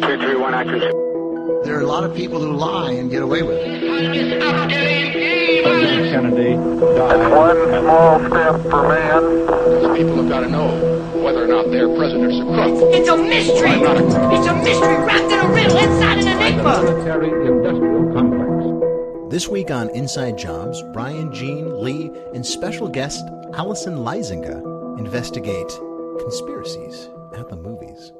931 Atkinson. There are a lot of people who lie and get away with it. Kennedy One small step for man, People have got to know whether or not their president's a crook. It's a mystery. I'm not a crook. It's a mystery wrapped in a riddle inside an enigma. military industrial complex. This week on Inside Jobs, Brian, Jean, Lee, and special guest Allison Leisinger investigate conspiracies at the movies.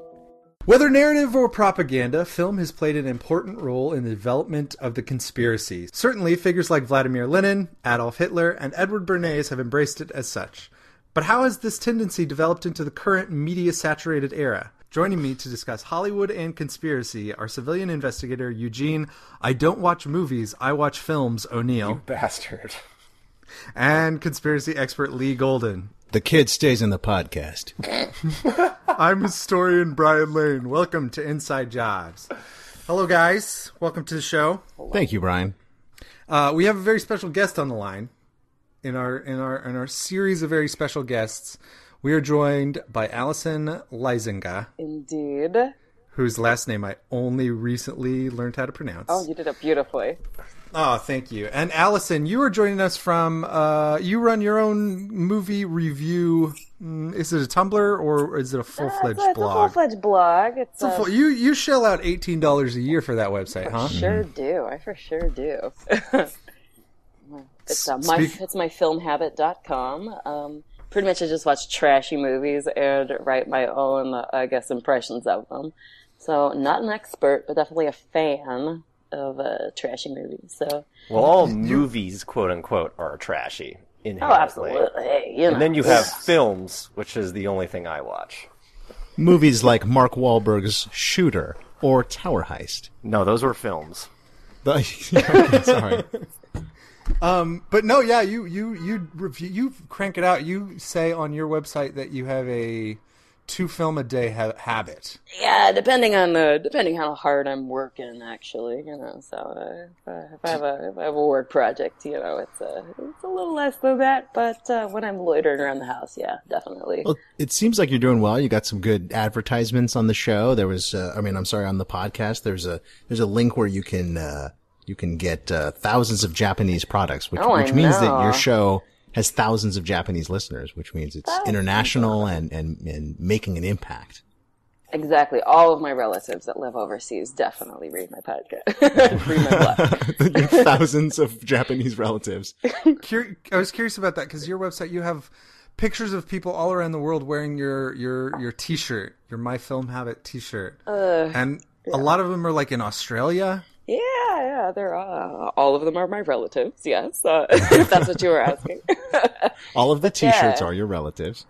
Whether narrative or propaganda, film has played an important role in the development of the conspiracy. Certainly, figures like Vladimir Lenin, Adolf Hitler, and Edward Bernays have embraced it as such. But how has this tendency developed into the current media saturated era? Joining me to discuss Hollywood and conspiracy are civilian investigator Eugene, I don't watch movies, I watch films, O'Neill, Bastard. and conspiracy expert Lee Golden. The kid stays in the podcast. I'm historian Brian Lane. Welcome to Inside Jobs. Hello, guys. Welcome to the show. Thank you, Brian. Uh, we have a very special guest on the line in our in our in our series of very special guests. We are joined by Allison Leisinga, Indeed. whose last name I only recently learned how to pronounce. Oh, you did it beautifully. Oh, thank you. And Allison, you are joining us from. Uh, you run your own movie review. mm, Is it a Tumblr or is it a full It's fledged a, full blog? fledged blog. It's, It's a uh, full- you you shell out eighteen dollars a year for that website, huh? sure do. I for sure do. it's uh, my Speak- it's my filmhabit.com. Um, pretty much, I just watch trashy movies and write my own, uh, I guess, impressions of them. So, not an expert, but definitely a fan of uh, trashy movies. So, Well, all movies, quote unquote, are trashy. oh, Inherently. absolutely. You know. And then you have films, which is the only thing I watch. Movies like Mark Wahlberg's Shooter or Tower Heist. No, those were films. The- Okay, sorry. But no, yeah, you you you review, you crank it out. You say on your website that you have a two film a day ha- habit. Yeah, depending on the depending how hard I'm working, actually, you know. So uh, if, I, if I have a if I have a work project, you know, it's a it's a little less than that. But uh, when I'm loitering around the house, yeah, definitely. Well, it seems like you're doing well. You got some good advertisements on the show. There was, uh, I mean, I'm sorry, on the podcast. There's a there's a link where you can uh, you can get uh, thousands of Japanese products, which Oh, I which means that know. your show has thousands of Japanese listeners, which means it's international and and and making an impact. Exactly. All of my relatives that live overseas definitely read my podcast, read my blog. Your thousands of Japanese relatives. Cur- I was curious about that because your website you have pictures of people all around the world wearing your your your T-shirt, your My Film Habit T-shirt, and a lot of them are like in Australia. Yeah, yeah, they're uh, all of them are my relatives. Yes, uh, if that's what you were asking. All of the T-shirts yeah. are your relatives.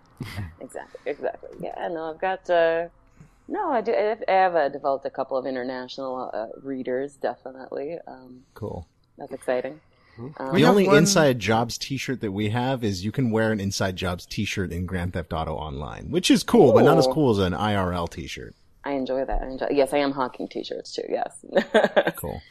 Exactly, exactly. Yeah, no, I've got. Uh, no, I do. I have, I have uh, developed a couple of international uh, readers, definitely. Um, Cool. that's exciting. the have only one- Inside Jobs T-shirt that we have is you can wear an Inside Jobs T-shirt in Grand Theft Auto Online, which is cool, but not as Cool. cool as an IRL T-shirt. I enjoy that. I enjoy. Yes, I am honking t-shirts too. Yes. Cool.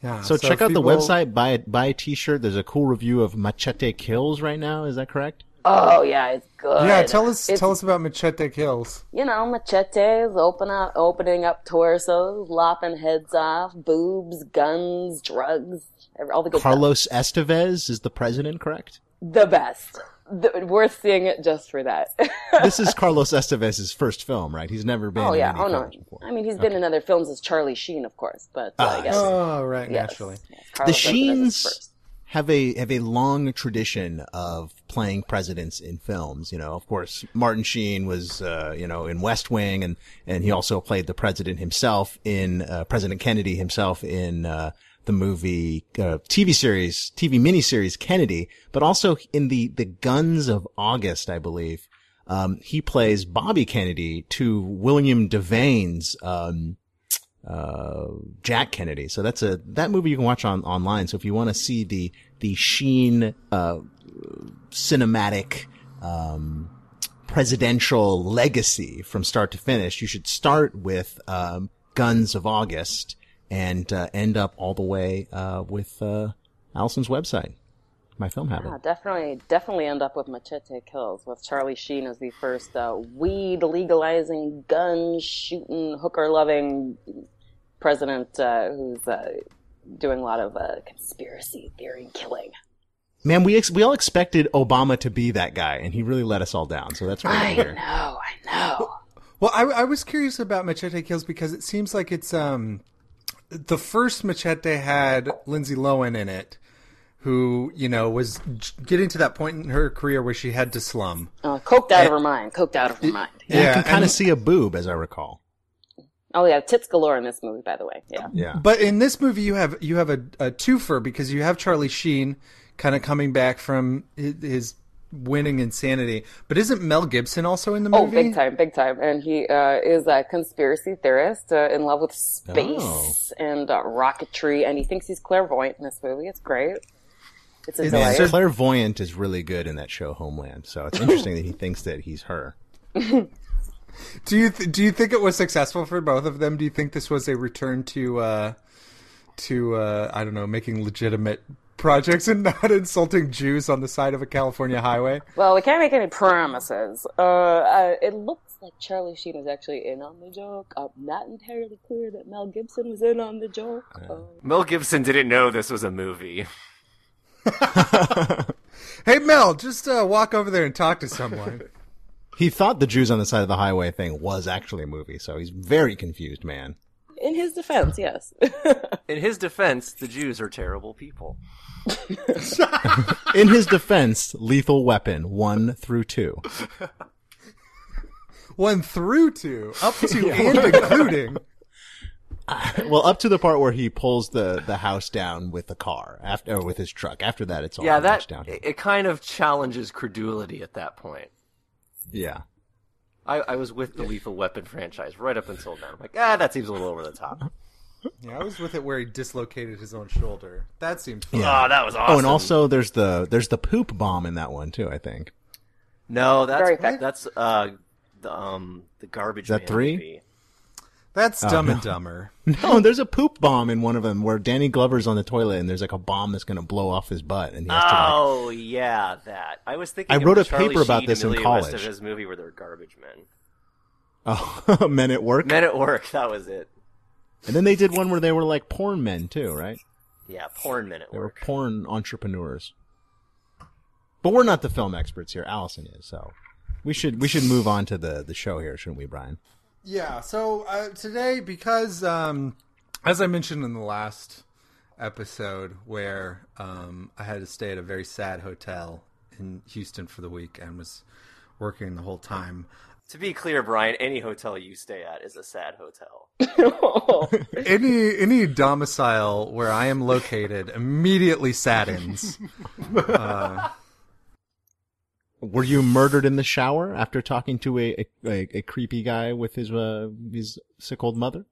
Yeah. So, check if out the people- website. Buy a, buy a T-shirt. There's a cool review of Machete Kills right now. Is that correct? oh yeah, it's good. Yeah, tell us It's- tell us about Machete Kills. You know, machetes open up, opening up torsos, lopping heads off, boobs, guns, drugs, every- all the good stuff. Carlos Estevez is the president, correct? The best. The, worth seeing it just for that. this is Carlos Estevez's first film, right? He's never been. oh in yeah. any Oh no. films before. I mean, he's been in other films as Charlie Sheen, of course, but uh, Ah, I yes. see. Oh right, Yes. naturally. Yes, The Carlos Estevez is Sheens- first. have a have a long tradition of playing presidents in films. You know, of course, Martin Sheen was uh, you know in West Wing, and and he also played the president himself in uh, President Kennedy himself in uh, the movie uh, TV series TV miniseries Kennedy, but also in the the Guns of August, I believe. Um, he plays Bobby Kennedy to William Devane's um, uh, Jack Kennedy. So that's a that movie you can watch on online. So if you want to see the the Sheen uh, cinematic um, presidential legacy from start to finish, you should start with um, Guns of August and uh, end up all the way uh, with uh, Allison's website. My film habit. Yeah, definitely, definitely end up with Machete Kills with Charlie Sheen as the first uh, weed legalizing, gun shooting, hooker loving president uh, who's uh, doing a lot of uh, conspiracy theory and killing. Man, we ex- we all expected Obama to be that guy, and he really let us all down. So that's I right know, here. Oh, I know. Well, I, I was curious about Machete Kills because it seems like it's um the first Machete had Lindsay Lohan in it, who you know was j- getting to that point in her career where she had to slum. Uh, coked Eh. out of her mind. Coked out of her mind. Yeah, you can kind of and- see a boob, as I recall. Oh yeah, tits galore in this movie, by the way. Yeah. Yeah, But in this movie, you have you have a, a twofer because you have Charlie Sheen kind of coming back from his, his winning insanity. But isn't Mel Gibson also in the Oh, movie? big time, big time. And he uh, is a conspiracy theorist uh, in love with space Oh. and uh, rocketry, and he thinks he's clairvoyant in this movie. It's great. It's a It's delight. so- clairvoyant is really good in that show Homeland. So it's interesting that he thinks that he's her. Do you th- do you think it was successful for both of them? Do you think this was a return to uh, to uh, I don't know making legitimate projects and not insulting Jews on the side of a California highway? Well, we can't make any promises. Uh, uh, it looks like Charlie Sheen was actually in on the joke. I'm not entirely clear that Mel Gibson was in on the joke. Uh, Mel Gibson didn't know this was a movie. Hey Mel, just uh, walk over there and talk to someone. He thought the Jews on the side of the highway thing was actually a movie, so he's very confused, man. in his defense, yes. In his defense, the Jews are terrible people. In his defense, Lethal Weapon one through two. One through to up to and including. Well, up to the part where he pulls the, the house down with the car after or with his truck. After that, it's all Yeah, pretty that much down. it it kind of challenges credulity at that point. Yeah, I, I was with the Lethal Weapon franchise right up until now. I'm like, ah, that seems a little over the top. Yeah, I was with it where he dislocated his own shoulder. That seemed fun. Oh, that was awesome. Oh, and also there's the there's the poop bomb in that one too. I think. no, Very that's effective. that's uh, the, um, the garbage. that Man three? movie. That's Dumb and Dumber. No, there's a poop bomb in one of them where Danny Glover's on the toilet and there's like a bomb that's gonna blow off his butt and he has to like, Oh yeah, that. I was thinking. I of wrote a Charlie paper about Sheen this in and Emilio Estevez college. movie where they're garbage men. oh, men at work. Men at work. That was it. And then they did one where they were like porn men too, right? Yeah, porn men at They were work. porn entrepreneurs. But we're not the film experts here. Allison is, so we should we should move on to the the show here, shouldn't we, Brian? Yeah. So uh, today, because um, as I mentioned in the last episode, where um, I had to stay at a very sad hotel in Houston for the week and was working the whole time. To be clear, Brian, any hotel you stay at is a sad hotel. Oh, Any any domicile where I am located immediately saddens. Were you murdered in the shower after talking to a a, a, a creepy guy with his uh, his sick old mother?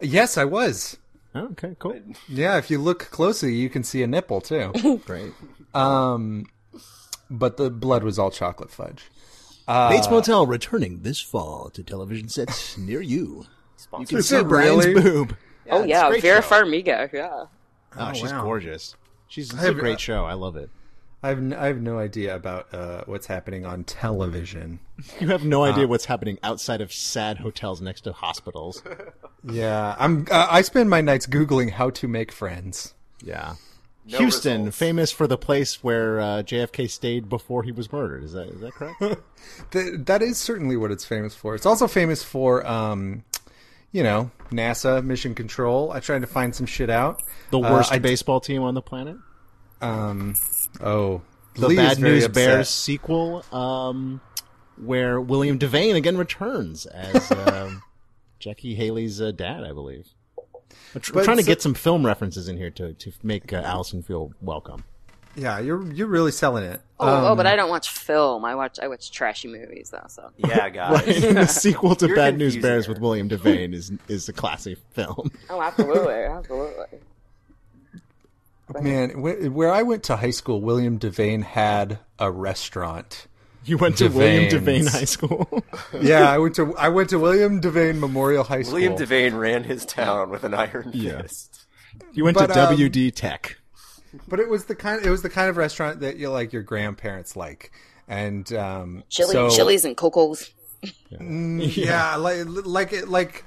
yes, I was. Oh, okay, cool, Yeah, if you look closely, you can see a nipple too. great. Um, but the blood was all chocolate fudge. Uh, Bates Motel returning this fall to television sets near you. You Sponsored. can see it Brian's really? boob. oh it's a yeah, great Vera show. Farmiga. Yeah. Oh, she's wow. gorgeous. She's it's a have- uh, great show. I love it. I have n- I have no idea about uh, what's happening on television. You have no idea Uh, what's happening outside of sad hotels next to hospitals. Yeah, I'm. Uh, I spend my nights googling how to make friends. Yeah. Houston, results. famous for the place where uh, JFK stayed before he was murdered. Is that is that correct? Th- that is certainly what it's famous for. It's also famous for, um, you know, NASA mission control. I tried to find some shit out. The Uh, worst I- baseball team on the planet. Um, oh, The Lee is Bad very News upset. Bears sequel, um, where William Devane again returns as um, Jackie Haley's uh, dad, I believe. I'm tr- But trying to so- get some film references in here to to make uh, Allison feel welcome. Yeah, you're you're really selling it. Um, Oh, oh, Um, but I don't watch film. I watch I watch trashy movies though. So Yeah, guys. the sequel to You're Bad News confusing Bears her. with William Devane is is a classy film. oh, absolutely, absolutely. Man, wh- where I went to high school, William Devane had a restaurant. You went to William Devane's. Devane High School. yeah, I went to I went to William Devane Memorial High School. William Devane ran his town with an iron Yeah. fist. you went But, to um, WD Tech. But it was the kind it was the kind of restaurant that you like your grandparents like. And um Chili, so, chilies and cocos. yeah, like like it like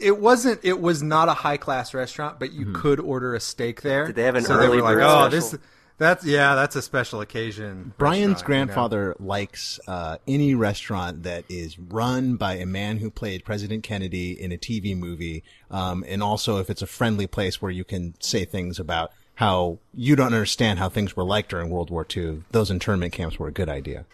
it wasn't. It was not a high class restaurant, but you could order a steak there. Did they have an so they early were like, bird oh, special?" this, that's yeah, that's a special occasion. Brian's restaurant, you know? grandfather likes uh, any restaurant that is run by a man who played President Kennedy in a TV movie, um, and also if it's a friendly place where you can say things about how you don't understand how things were like during World War II. Those internment camps were a good idea.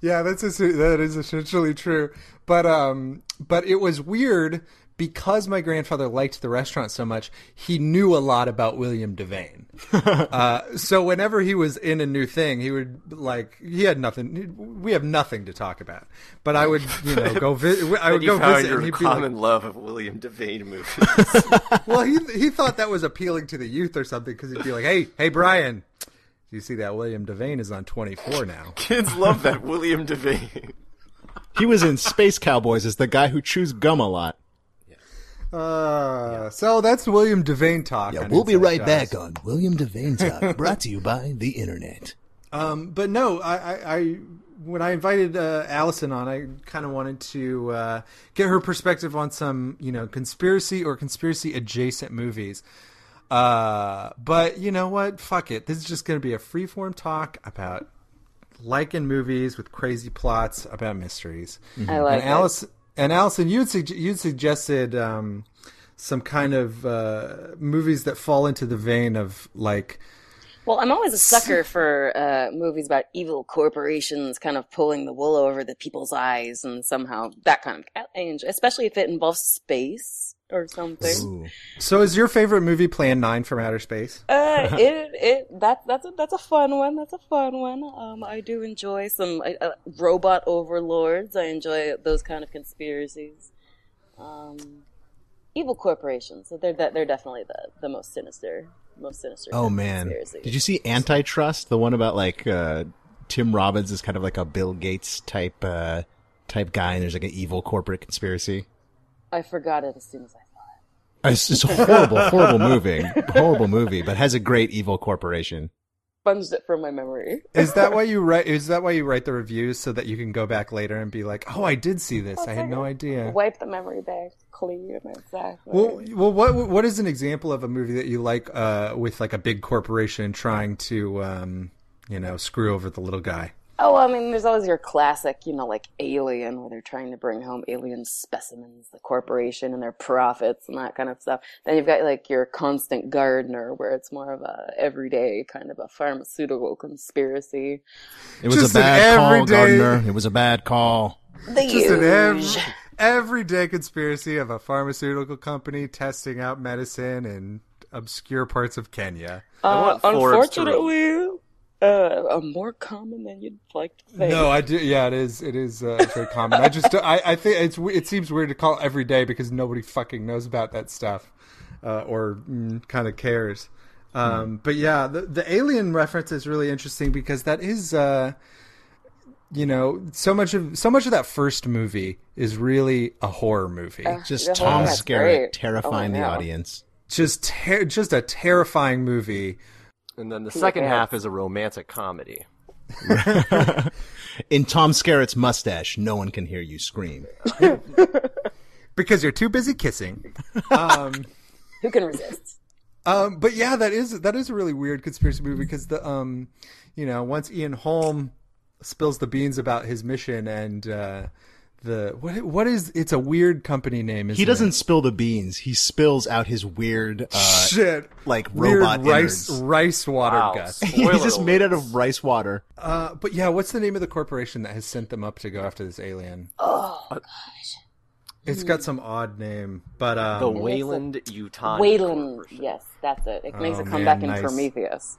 Yeah, that's a, that is essentially true. But um, but it was weird because my grandfather liked the restaurant so much. He knew a lot about William Devane. uh, so whenever he was in a new thing, he would like he had nothing. We have nothing to talk about. But I would you know go vi- I would you go found visit. your And he'd be like, common love of William Devane movies. well, he he thought that was appealing to the youth or something because he'd be like, hey hey Brian, do you see that William Devane is on twenty four now? Kids love that William Devane. He was in Space Cowboys as the guy who chews gum a lot. Uh, So that's William Devane talk. on Inside Jobs. on William Devane's Talk, brought to you by the internet. Um, but no, I, I, I when I invited uh, Allison on, I kind of wanted to uh, get her perspective on some, you know, conspiracy or conspiracy adjacent movies. Uh, but you know what? Fuck it. This is just going to be a freeform talk about liking movies with crazy plots about mysteries. I like and it. Allison, and Allison, you had sug- you'd suggested um, some kind of uh, movies that fall into the vein of like. Well, I'm always a sucker for uh, movies about evil corporations kind of pulling the wool over the people's eyes and somehow that kind of I enjoy- especially if it involves space or something. So, is your favorite movie Plan Nine from Outer Space? Uh, it it that that's a, that's a fun one. That's a fun one. Um, I do enjoy some uh, uh, robot overlords. I enjoy those kind of conspiracies. Um, evil corporations. They're de- they're definitely the, the most sinister, most sinister. Oh kind of man, conspiracy. did you see Antitrust? The one about like uh, Tim Robbins is kind of like a Bill Gates type uh, type guy, and there's like an evil corporate conspiracy. I forgot it as soon as I thought. It's, it's a horrible, horrible movie, horrible movie, but has a great evil corporation. Sponged it from my memory. Is that why you write? Is that why you write the reviews so that you can go back later and be like, "Oh, I did see this. I had no idea." Wipe the memory back clean. Exactly. Well, well, what what is an example of a movie that you like uh, with like a big corporation trying to, um, you know, screw over the little guy? Oh, I mean, there's always your classic, you know, like Alien, where they're trying to bring home alien specimens, the corporation and their profits and that kind of stuff. Then you've got like your Constant Gardener, where it's more of a everyday kind of a pharmaceutical conspiracy. It was Just a an bad call, everyday- Gardner. It was a bad call. The Just an huge- every, everyday conspiracy of a pharmaceutical company testing out medicine in obscure parts of Kenya. I Uh, want Forbes to read. unfortunately, uh, uh, more common than you'd like to think. No, I do. Yeah, it is. It is uh, it's very common. I just, I, I think it's, we- it seems weird to call it every day because nobody fucking knows about that stuff, uh, or mm, kind of cares. Um, But yeah, the the alien reference is really interesting because that is, uh, you know, so much of so much of that first movie is really a horror movie. Just Yeah, Tom that's Skerritt great. terrifying Oh, the yeah. audience. Just, ter- just a terrifying movie. And then the second Yeah. half is a romantic comedy. In Tom Skerritt's mustache, no one can hear you scream. Because you're too busy kissing. Who can resist? Um, but yeah, that is that is a really weird conspiracy movie because the um, you know, once Ian Holm spills the beans about his mission and uh, the what what is it's a weird company name. Isn't He doesn't It? spill the beans. He spills out his weird, uh, Shit, like weird robot rice innards. rice water Wow. guts. He's just Spoiler made out alert. of rice water. Uh, but yeah, what's the name of the corporation that has sent them up to go after this alien? Oh, Uh, It's got some odd name, but um, The Wayland Utah. Waylon. Yes, that's it. It makes Oh, a comeback man, in nice. Prometheus.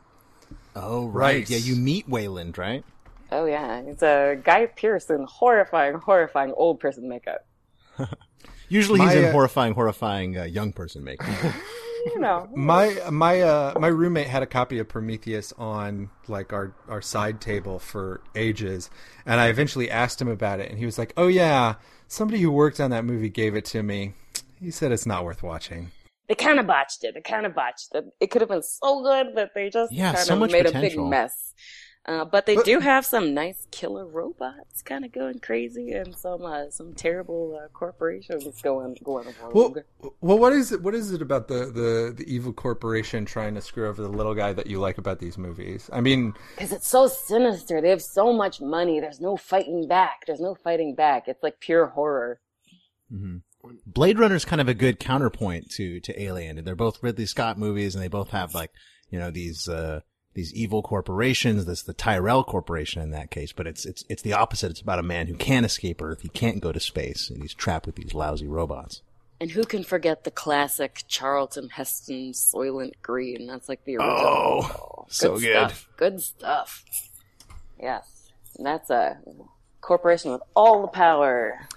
Oh, right. Yeah, you meet Wayland, right? Oh yeah, it's a Guy Pearce in horrifying, horrifying old person makeup. Usually he's My, in uh, horrifying, horrifying uh, young person makeup. You know, My my uh my roommate had a copy of Prometheus on like our our side table for ages, and I eventually asked him about it, and he was like, "Oh yeah, somebody who worked on that movie gave it to me." He said it's not worth watching. they kind of botched it. They kind of botched it. It could have been so good, but they just Yeah, kind so of much made a big potential. mess. Uh, but they do have some nice killer robots kind of going crazy and some uh, some terrible uh, corporations going going Well, rogue. well, what is it? What is it about the, the, the evil corporation trying to screw over the little guy that you like about these movies? I mean, Because it's so sinister. They have so much money. There's no fighting back. There's no fighting back. It's like pure horror. Blade Runner's kind of a good counterpoint to to Alien, and they're both Ridley Scott movies, and they both have like you know these uh these evil corporations. This the Tyrell Corporation in that case, but it's it's it's the opposite. It's about a man who can't escape Earth, he can't go to space, and he's trapped with these lousy robots. And who can forget the classic Charlton Heston Soylent Green? That's like the original. Oh, so good. Stuff. Good stuff. Yes. And that's a corporation with all the power.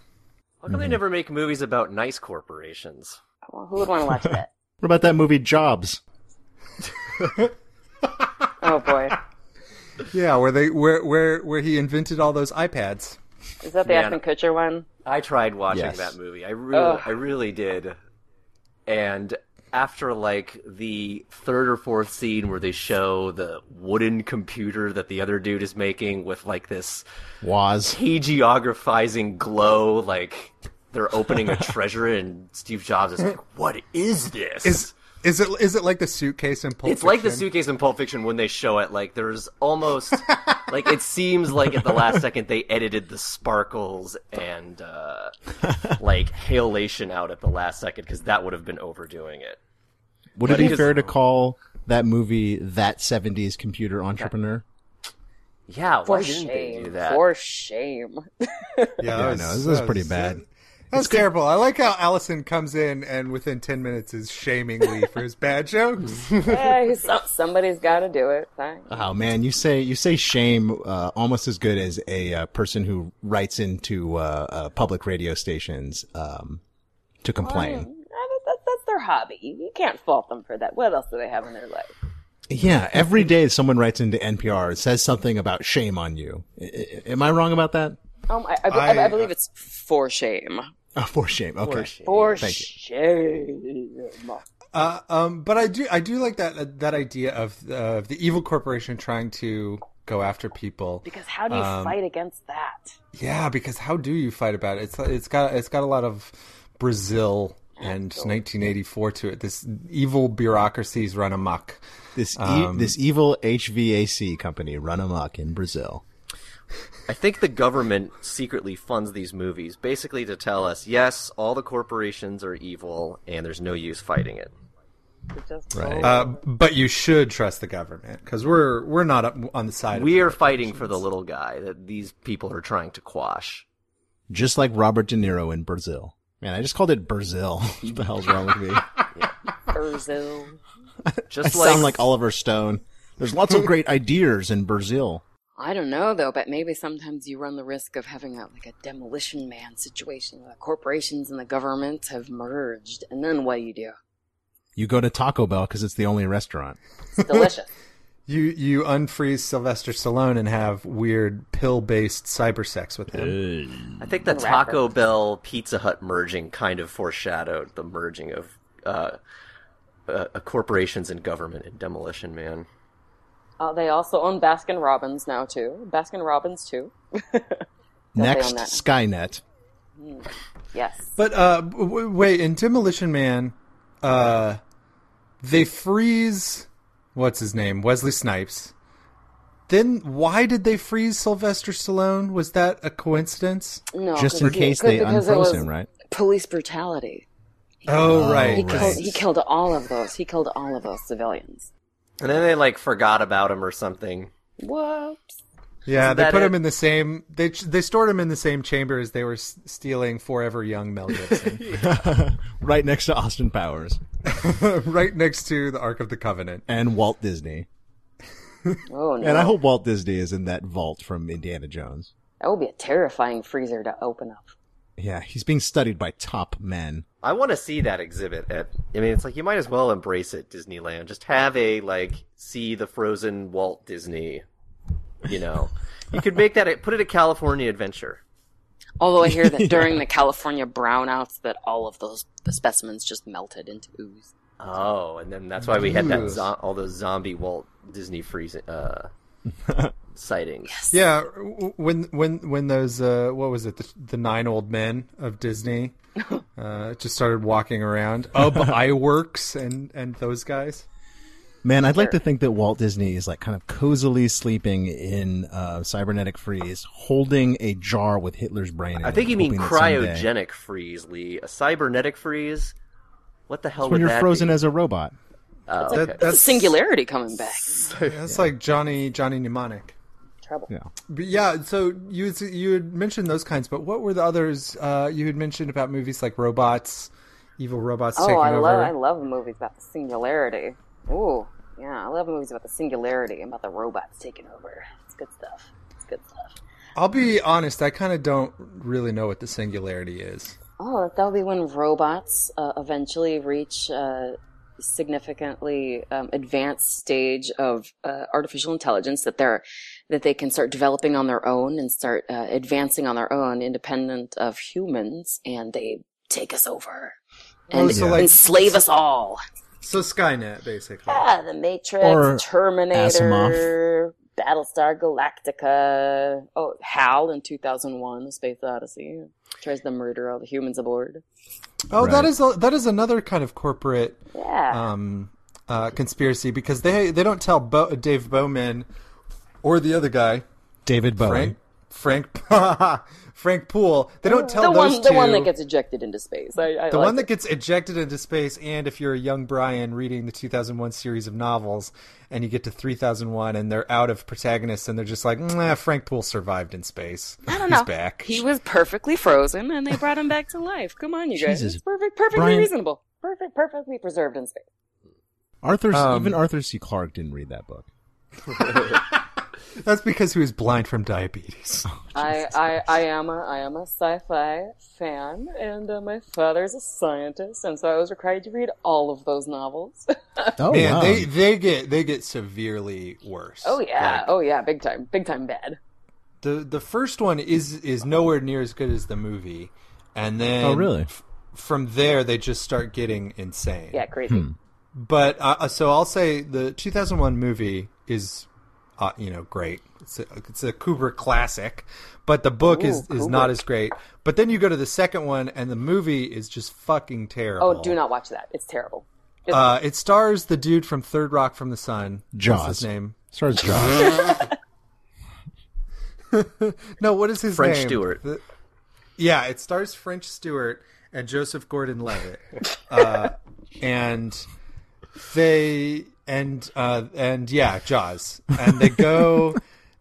How come they never make movies about nice corporations? Well, who would want to watch that? What about that movie Jobs? oh boy. yeah, where they where where where he invented all those iPads. Is that the Man. Ashton Kutcher one? I tried watching Yes. that movie. I really, Ugh. I really did. And after like the third or fourth scene where they show the wooden computer that the other dude is making with like this Was hagiographising glow, like they're opening a treasure, and Steve Jobs is like, "What is this?" Is is it is it like the suitcase in Pulp it's like the Fiction? suitcase in Pulp Fiction when they show it. Like there's almost like it seems like at the last second they edited the sparkles and uh, like halation out at the last second because that would have been overdoing it. would it be Because- fair to call that movie that '70s computer entrepreneur? Yeah, For why didn't they do shame. that? For shame. Yeah, uh, I that know, this is that Oh, pretty bad. That's terrible. I like how Allison comes in and within ten minutes is shaming Lee for his bad jokes. Hey, so- somebody's got to do it. Fine. Uh, Oh man, you say you say shame uh, almost as good as a uh, person who writes into uh, uh, public radio stations um, to complain. That- that- that's their hobby. You can't fault them for that. What else do they have in their life? Yeah, every day someone writes into NPR and says something about shame on you. I- I- am I wrong about that? Um, I, I, I, I- I uh, believe it's for shame. Oh, for shame. Okay. For Thank you. shame. Uh, um, but I do I do like that that idea of uh, the evil corporation trying to go after people. Because how do you Um, fight against that? Yeah, because how do you fight about it? It's it's got it's got a lot of Brazil and 1984 to it. This evil bureaucracies run amok. This e- Um, this evil HVAC company run amok in Brazil. I think the government secretly funds these movies basically to tell us, yes, all the corporations are evil and there's no use fighting it. It's just Right. Uh, but you should trust the government because we're we're not up on the side. We of are fighting for the little guy that these people are trying to quash. Just like Robert De Niro in Brazil. Man, I just called it Brazil. what the hell's wrong with me? Uh, Brazil. Just I like, sound like Oliver Stone. There's lots of great ideas in Brazil. I don't know though, but maybe sometimes you run the risk of having a like a demolition man situation where the corporations and the government have merged, and then what do you do? You go to Taco Bell because it's the only restaurant. It's delicious. you you unfreeze Sylvester Stallone and have weird pill based cyber sex with him. I think the Taco Bell Pizza Hut merging kind of foreshadowed the merging of uh, uh, uh, corporations and government in Demolition Man. uh, they also own Baskin Robbins now too. Baskin Robbins too. Next, on that. Skynet. Yes. But uh, w- w- wait, in Demolition Man, uh, they freeze what's his name, Wesley Snipes. Then why did they freeze Sylvester Stallone? Was that a coincidence? No. Just in 'cause- case 'cause- they because it unfroze was him, right? Police brutality. Oh, right, right, right. Killed- He killed all of those. He killed all of those civilians. And then they like forgot about him or something. Whoops. Yeah, Isn't they that put it? him in the same. They they stored him in the same chamber as they were s- stealing Forever Young Mel Gibson, Right next to Austin Powers right next to the Ark of the Covenant. and Walt Disney. Oh no. And I hope Walt Disney is in that vault from Indiana Jones. that would be a terrifying freezer to open up. Yeah, he's being studied by top men. I want to see that exhibit at. I mean, it's like you might as well embrace it, Disneyland. Just have a like see the frozen Walt Disney. You know, you could make that a- put it a California Adventure. Although I hear that during the California brownouts, that all of those the specimens just melted into ooze. Oh, and then that's why we had that Ooh. zo- all those zombie Walt Disney freezing uh, sightings. Yeah, w- when when when those uh, what was it the, the nine old men of Disney uh, just started walking around of iWorks and and those guys. Man, I'd like to think that Walt Disney is like kind of cozily sleeping in uh, cybernetic freeze, holding a jar with Hitler's brain. In I it, think you mean hoping that someday- cryogenic freeze, Lee. A cybernetic freeze? What the hell When would you're that frozen be? Oh, as a robot. That, It's a that's singularity coming back. That's like Johnny Johnny Mnemonic. Trouble. Yeah. But yeah, so you had, you had mentioned those kinds, but what were the others uh, you had mentioned about movies like robots, evil robots Oh, taking I over? love I love movies about the singularity. Ooh, yeah, I love movies about the singularity and about the robots taking over. It's good stuff. It's good stuff. I'll be honest, I kind of don't really know what the singularity is. Oh, that will be when robots uh, eventually reach a significantly um, advanced stage of uh, artificial intelligence that they're that they can start developing on their own and start uh, advancing on their own, independent of humans, and they take us over and Oh, so like- enslave us all. So Skynet, basically. Yeah, The Matrix, Or Terminator, Battlestar Galactica. Oh, HAL in 2001, The Space Odyssey. Tries to murder all the humans aboard. Oh, that Right. is a, that is another kind of corporate Yeah. um, uh, conspiracy because they they don't tell Bo- Dave Bowman or the other guy David Bowie. Frank Frank Frank Poole. They don't tell the those one, the two- one that gets ejected into space. I, I the like one that it. gets ejected into space. And if you're a young Brian reading the 2001 series of novels, and you get to 3001, and they're out of protagonists, and they're just like, nah, Frank Poole survived in space. I don't He's know. back. He was perfectly frozen, and they brought him back to life. Come on, you guys. Jesus. It's perfect, perfectly Brian- reasonable. Perfect, perfectly preserved in space. Arthur, Um, even Arthur C. Clarke didn't read that book. That's because he was blind from diabetes. Oh. I, I, I am a I am a sci-fi fan, and uh, my father's a scientist, and so I was required to read all of those novels. Oh, Man, wow. they, they get they get severely worse. oh yeah, oh yeah, big time, big time bad. the the first one is is nowhere near as good as the movie, and then Oh, really? f- from there they just start getting insane. Yeah, crazy. Hmm. But uh, so I'll say the 2001 movie is, uh, you know, great. It's a, it's a Kubrick classic, but the book is, Ooh, is not Kubrick. as great. But then you go to the second one, and the movie is just fucking terrible. Oh, do not watch that. It's terrible. Uh, it stars the dude from Third Rock from the Sun. Jaws. What's his name? Stars Jaws. No, what is his French name? Stewart. The- yeah, it stars French Stewart and Joseph Gordon-Levitt, uh, and they and uh, and yeah, Jaws, and they go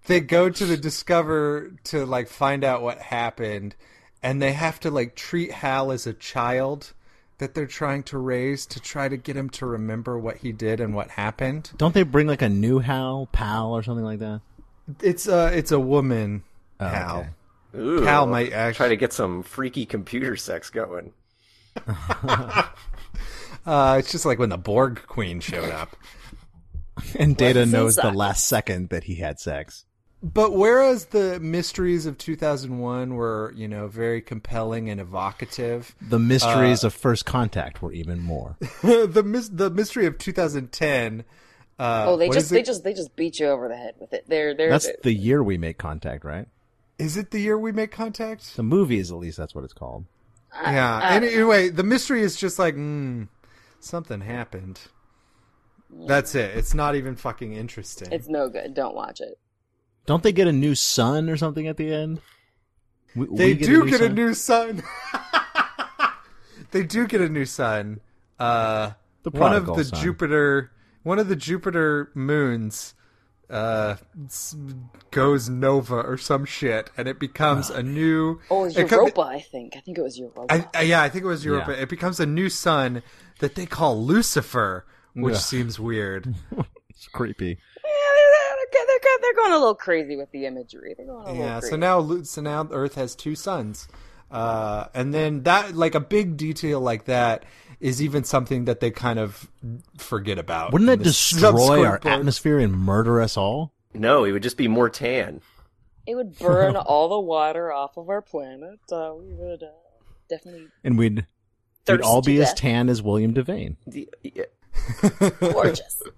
they go to the Discover to like find out what happened, and they have to like treat Hal as a child that they're trying to raise to try to get him to remember what he did and what happened. Don't they bring like a new Hal, Pal, or something like that? It's uh it's a woman, Oh, Hal. okay. Ooh, Pal might Try actually to get some freaky computer sex going. Uh, it's just like when the Borg Queen showed up. And Data Lessons knows the suck. last second that he had sex. But whereas the mysteries of 2001 were, you know, very compelling and evocative, The Uh, mysteries of first contact were even more. the mis- the mystery of 2010. Uh, oh, they what just is they it? just they just beat you over the head with it. They're they're That's the year we make contact, right? is it the year we make contact? Uh, The movies, at least, that's what it's called. yeah. anyway, the mystery is just like mm, something happened. That's it. It's not even fucking interesting. it's no good. Don't watch it. Don't they get a new son or something at the end? We, They we do get a son? new son. they do get a new son. Uh, The one of prodigal the son. Jupiter, one of the Jupiter moons, uh, s- goes nova or some shit, and it becomes a new. Oh, it was it co- Europa, I think. I think it was Europa. I, I- yeah, I think it was Europa. Yeah. It becomes a new sun that they call Lucifer, which Ugh. seems weird. It's creepy. yeah, they're, they're, they're, they're going a little crazy with the imagery. They're going a little yeah. crazy. So now, Lu- so now Earth has two suns, uh, and then that like a big detail like that is even something that they kind of forget about. Wouldn't in that the destroy subsequent our book. atmosphere and murder us all? No, he would just be more tan. It would burn all the water off of our planet. Uh, we would uh, definitely And we'd we'd Thirst all to be as death. tan as William Devane. The- yeah. Gorgeous.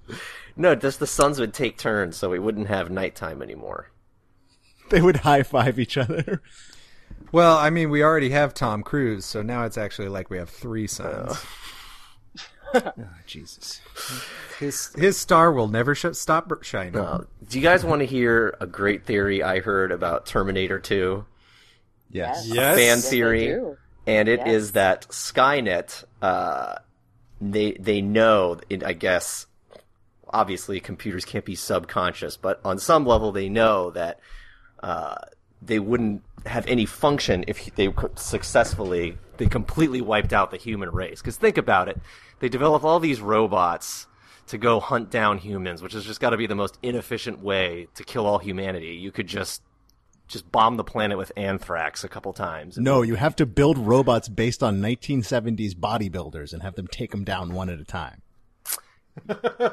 No, just the sons would take turns, so we wouldn't have nighttime anymore. They would high five each other. Well, I mean, we already have Tom Cruise, so now it's actually like we have three sons. Oh, Jesus. His his star will never sh- stop shining. Uh, do you guys want to hear a great theory I heard about Terminator 2? Yes. Yes. Fan Yes, they theory. do. And it is Yes. that Skynet, uh, they, they know, and I guess, obviously computers can't be subconscious, but on some level they know that, uh, they wouldn't have any function if they could successfully, they completely wiped out the human race. Cause think about it. They develop all these robots to go hunt down humans, which has just gotta be the most inefficient way to kill all humanity. You could just, just bomb the planet with anthrax a couple times. and No, you have to build robots based on 1970s bodybuilders and have them take them down one at a time.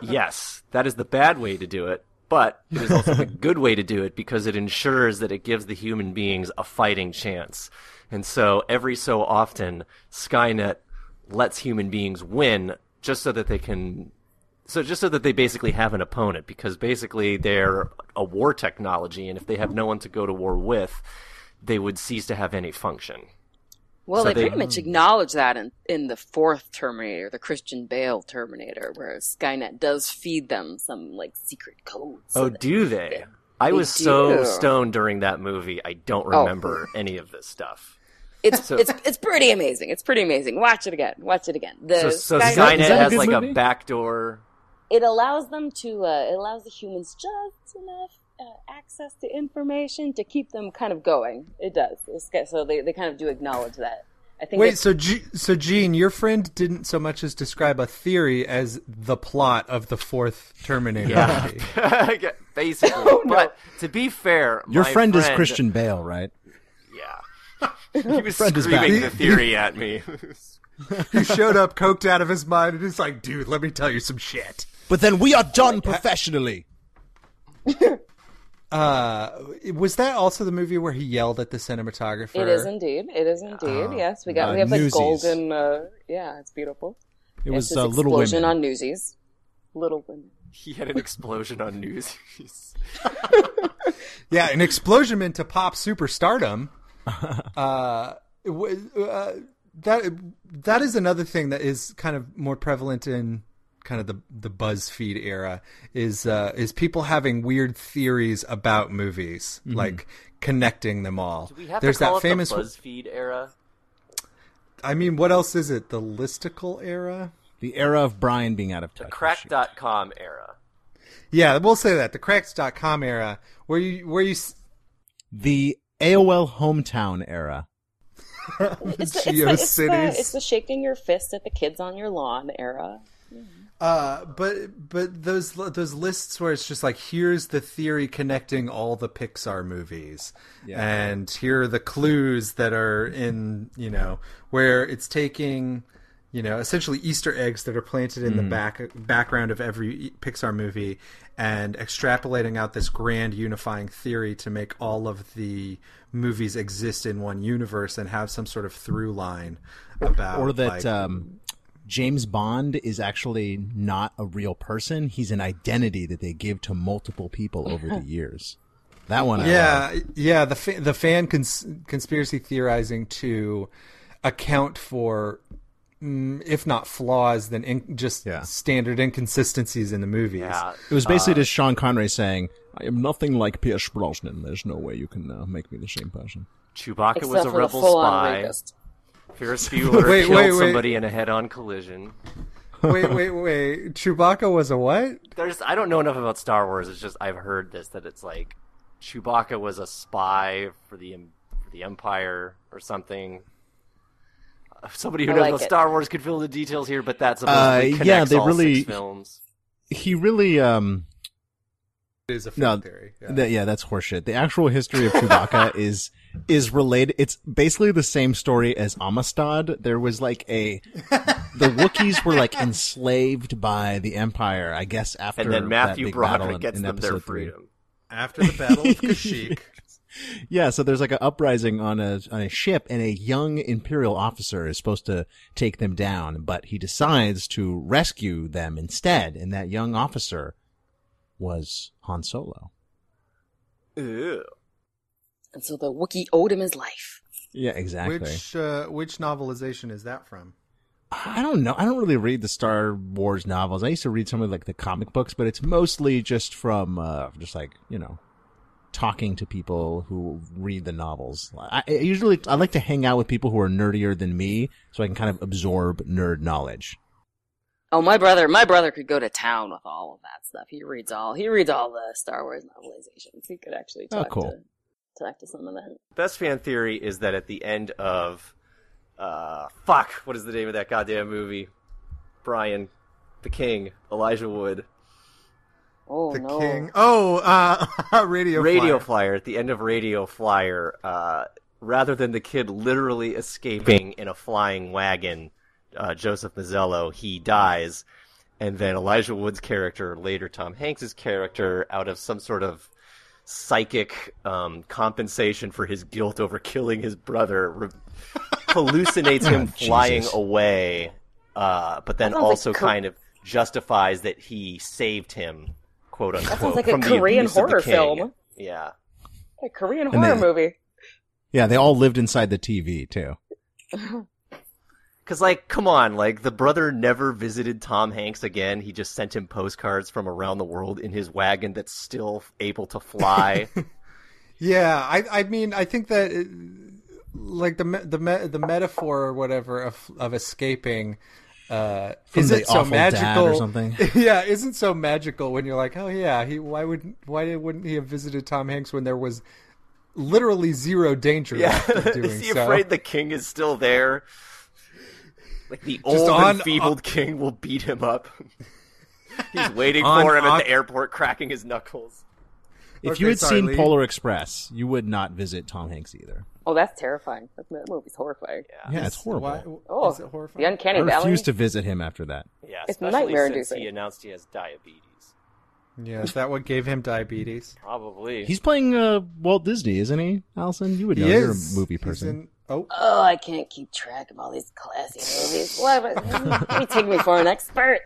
Yes, that is the bad way to do it, but it is also the good way to do it because it ensures that it gives the human beings a fighting chance. And so every so often, Skynet lets human beings win just so that they can. So just so that they basically have an opponent, because basically they're a war technology, and if they have no one to go to war with, they would cease to have any function. Well, So they, they- pretty much acknowledge that in, in the fourth Terminator, the Christian Bale Terminator, where Skynet does feed them some like secret codes. oh, do they? I They was so do. Oh. stoned during that movie, I don't remember any of this stuff. It's So- it's it's pretty amazing. It's pretty amazing. Watch it again. Watch it again. So, The so Skynet, Skynet that a has good like movie? a backdoor. it allows them to uh, it allows the humans just enough uh, access to information to keep them kind of going. It does. It's got- So they they kind of do acknowledge that. I think Wait, it's- so G- so Gene, your friend didn't so much as describe a theory as the plot of the fourth Terminator movie. Basically, Oh, but to be fair, Your my friend, is Christian Bale, right? Yeah, he was Friend is screaming the back. theory at me. He showed up coked out of his mind and he's like, "Dude, let me tell you some shit." But then we are done professionally. Was that also the movie where he yelled at the cinematographer? It is indeed. It is indeed. yes, we got uh, we have like Newsies. golden. Uh, yeah, it's beautiful. It It's was this uh, Little explosion Women. on Newsies. Little Women. he had an explosion on Newsies. Yeah, an explosion into pop superstardom. uh, w- uh, that that is another thing that is kind of more prevalent in kind of the the BuzzFeed era is uh, is people having weird theories about movies, like connecting them all. We have There's to call that famous. it the BuzzFeed era. I mean, what else is it? The listicle era. the era of Brian being out of touch. Shoot. Crack.com era. Yeah, we'll say that the cracks.com era, where you where you s- The AOL hometown era. It's the, it's, the, it's, the, GeoCities. it's the shaking your fist at the kids on your lawn era. Uh, but but those those lists where it's just like here's the theory connecting all the Pixar movies, and here are the clues that are in you know where it's taking you know essentially Easter eggs that are planted in the Mm. back background of every e- Pixar movie and extrapolating out this grand unifying theory to make all of the movies exist in one universe and have some sort of through line about Or that like, um, James Bond is actually not a real person. He's an identity that they give to multiple people over the years. That one, I love. Yeah, yeah. The fa- the fan cons- conspiracy theorizing to account for, mm, if not flaws, then in- just Yeah. standard inconsistencies in the movies. Yeah, It was Uh, basically just Sean Connery saying, "I am nothing like Pierce Brosnan. There's no way you can uh, make me the same person." Chewbacca Except was a for the rebel full on spy. rapist. Ferris Bueller Wait, killed wait, wait. somebody in a head-on collision. wait, wait, wait. Chewbacca was a what? there's I don't know enough about Star Wars. It's just I've heard this that it's like Chewbacca was a spy for the for the Empire or something. Uh, Somebody who I knows like about it. Star Wars could fill the details here, but that's Uh, supposedly yeah, connects they all really- six films. He really, um, It is a fan No, theory. Yeah. Th- yeah, that's horseshit. The actual history of Chewbacca is is related. It's basically the same story as Amistad. There was like a the Wookiees were like enslaved by the Empire, I guess. After And then that Matthew big battle Broderick in- gets in them their episode three. freedom. After the Battle of Kashyyyk, yeah, so there's like an uprising on a on a ship, and a young imperial officer is supposed to take them down, but he decides to rescue them instead, and that young officer was Han Solo. Ew. And so the Wookiee owed him his life. Yeah, exactly. Which uh, which novelization is that from? I don't know. I don't really read the Star Wars novels. I used to read some of like the comic books, but it's mostly just from uh, just like you know, talking to people who read the novels. I, I usually I like to hang out with people who are nerdier than me, so I can kind of absorb nerd knowledge. Oh, my brother, my brother could go to town with all of that stuff. He reads all, he reads all the Star Wars novelizations. He could actually Oh, talk cool. to, talk to some of that. Best fan theory is that at the end of, uh, fuck, what is the name of that goddamn movie? Brian, the King, Elijah Wood, Oh The no. King. Oh, uh, Radio. Radio Flyer. Flyer. At the end of Radio Flyer, uh, rather than the kid literally escaping in a flying wagon, uh, Joseph Mazzello, he dies, and then Elijah Wood's character, later Tom Hanks's character, out of some sort of psychic um, compensation for his guilt over killing his brother, re- hallucinates him Oh, flying Jesus. away, uh, but then That sounds like also co- kind of justifies that he saved him, quote unquote. sounds like a from the Korean abuse of the horror king. film. Yeah. A Korean And horror they- movie. Yeah, they all lived inside the TV too. Cause like, come on, like the brother never visited Tom Hanks again. He just sent him postcards from around the world in his wagon that's still able to fly. Yeah, I I mean I think that it, like the me- the me- the metaphor or whatever of of escaping uh, From isn't the so awful dad magical or something. Yeah, isn't so magical when you're like, oh yeah, he why would why wouldn't he have visited Tom Hanks when there was literally zero danger yeah. left of doing is he so? afraid the king is still there? Like the old on- uh, enfeebled king will beat him up. He's waiting On- for him on- at the airport, cracking his knuckles. If Okay, you had sorry, seen Lee. Polar Express, you would not visit Tom Hanks either. Oh, that's terrifying. That, that movie's horrifying. Yeah, it's horrible. Uh, Why, Oh, is it horrifying? the Uncanny I Valley. refuse to visit him after that. Yeah, It's especially since nightmare-inducing. he announced he has diabetes. Yeah, is that what gave him diabetes? Probably. He's playing uh, Walt Disney, isn't he, Allison? You would know. You're a movie He's person. in- oh, Oh, I can't keep track of all these classy movies. Why would you take me for an expert?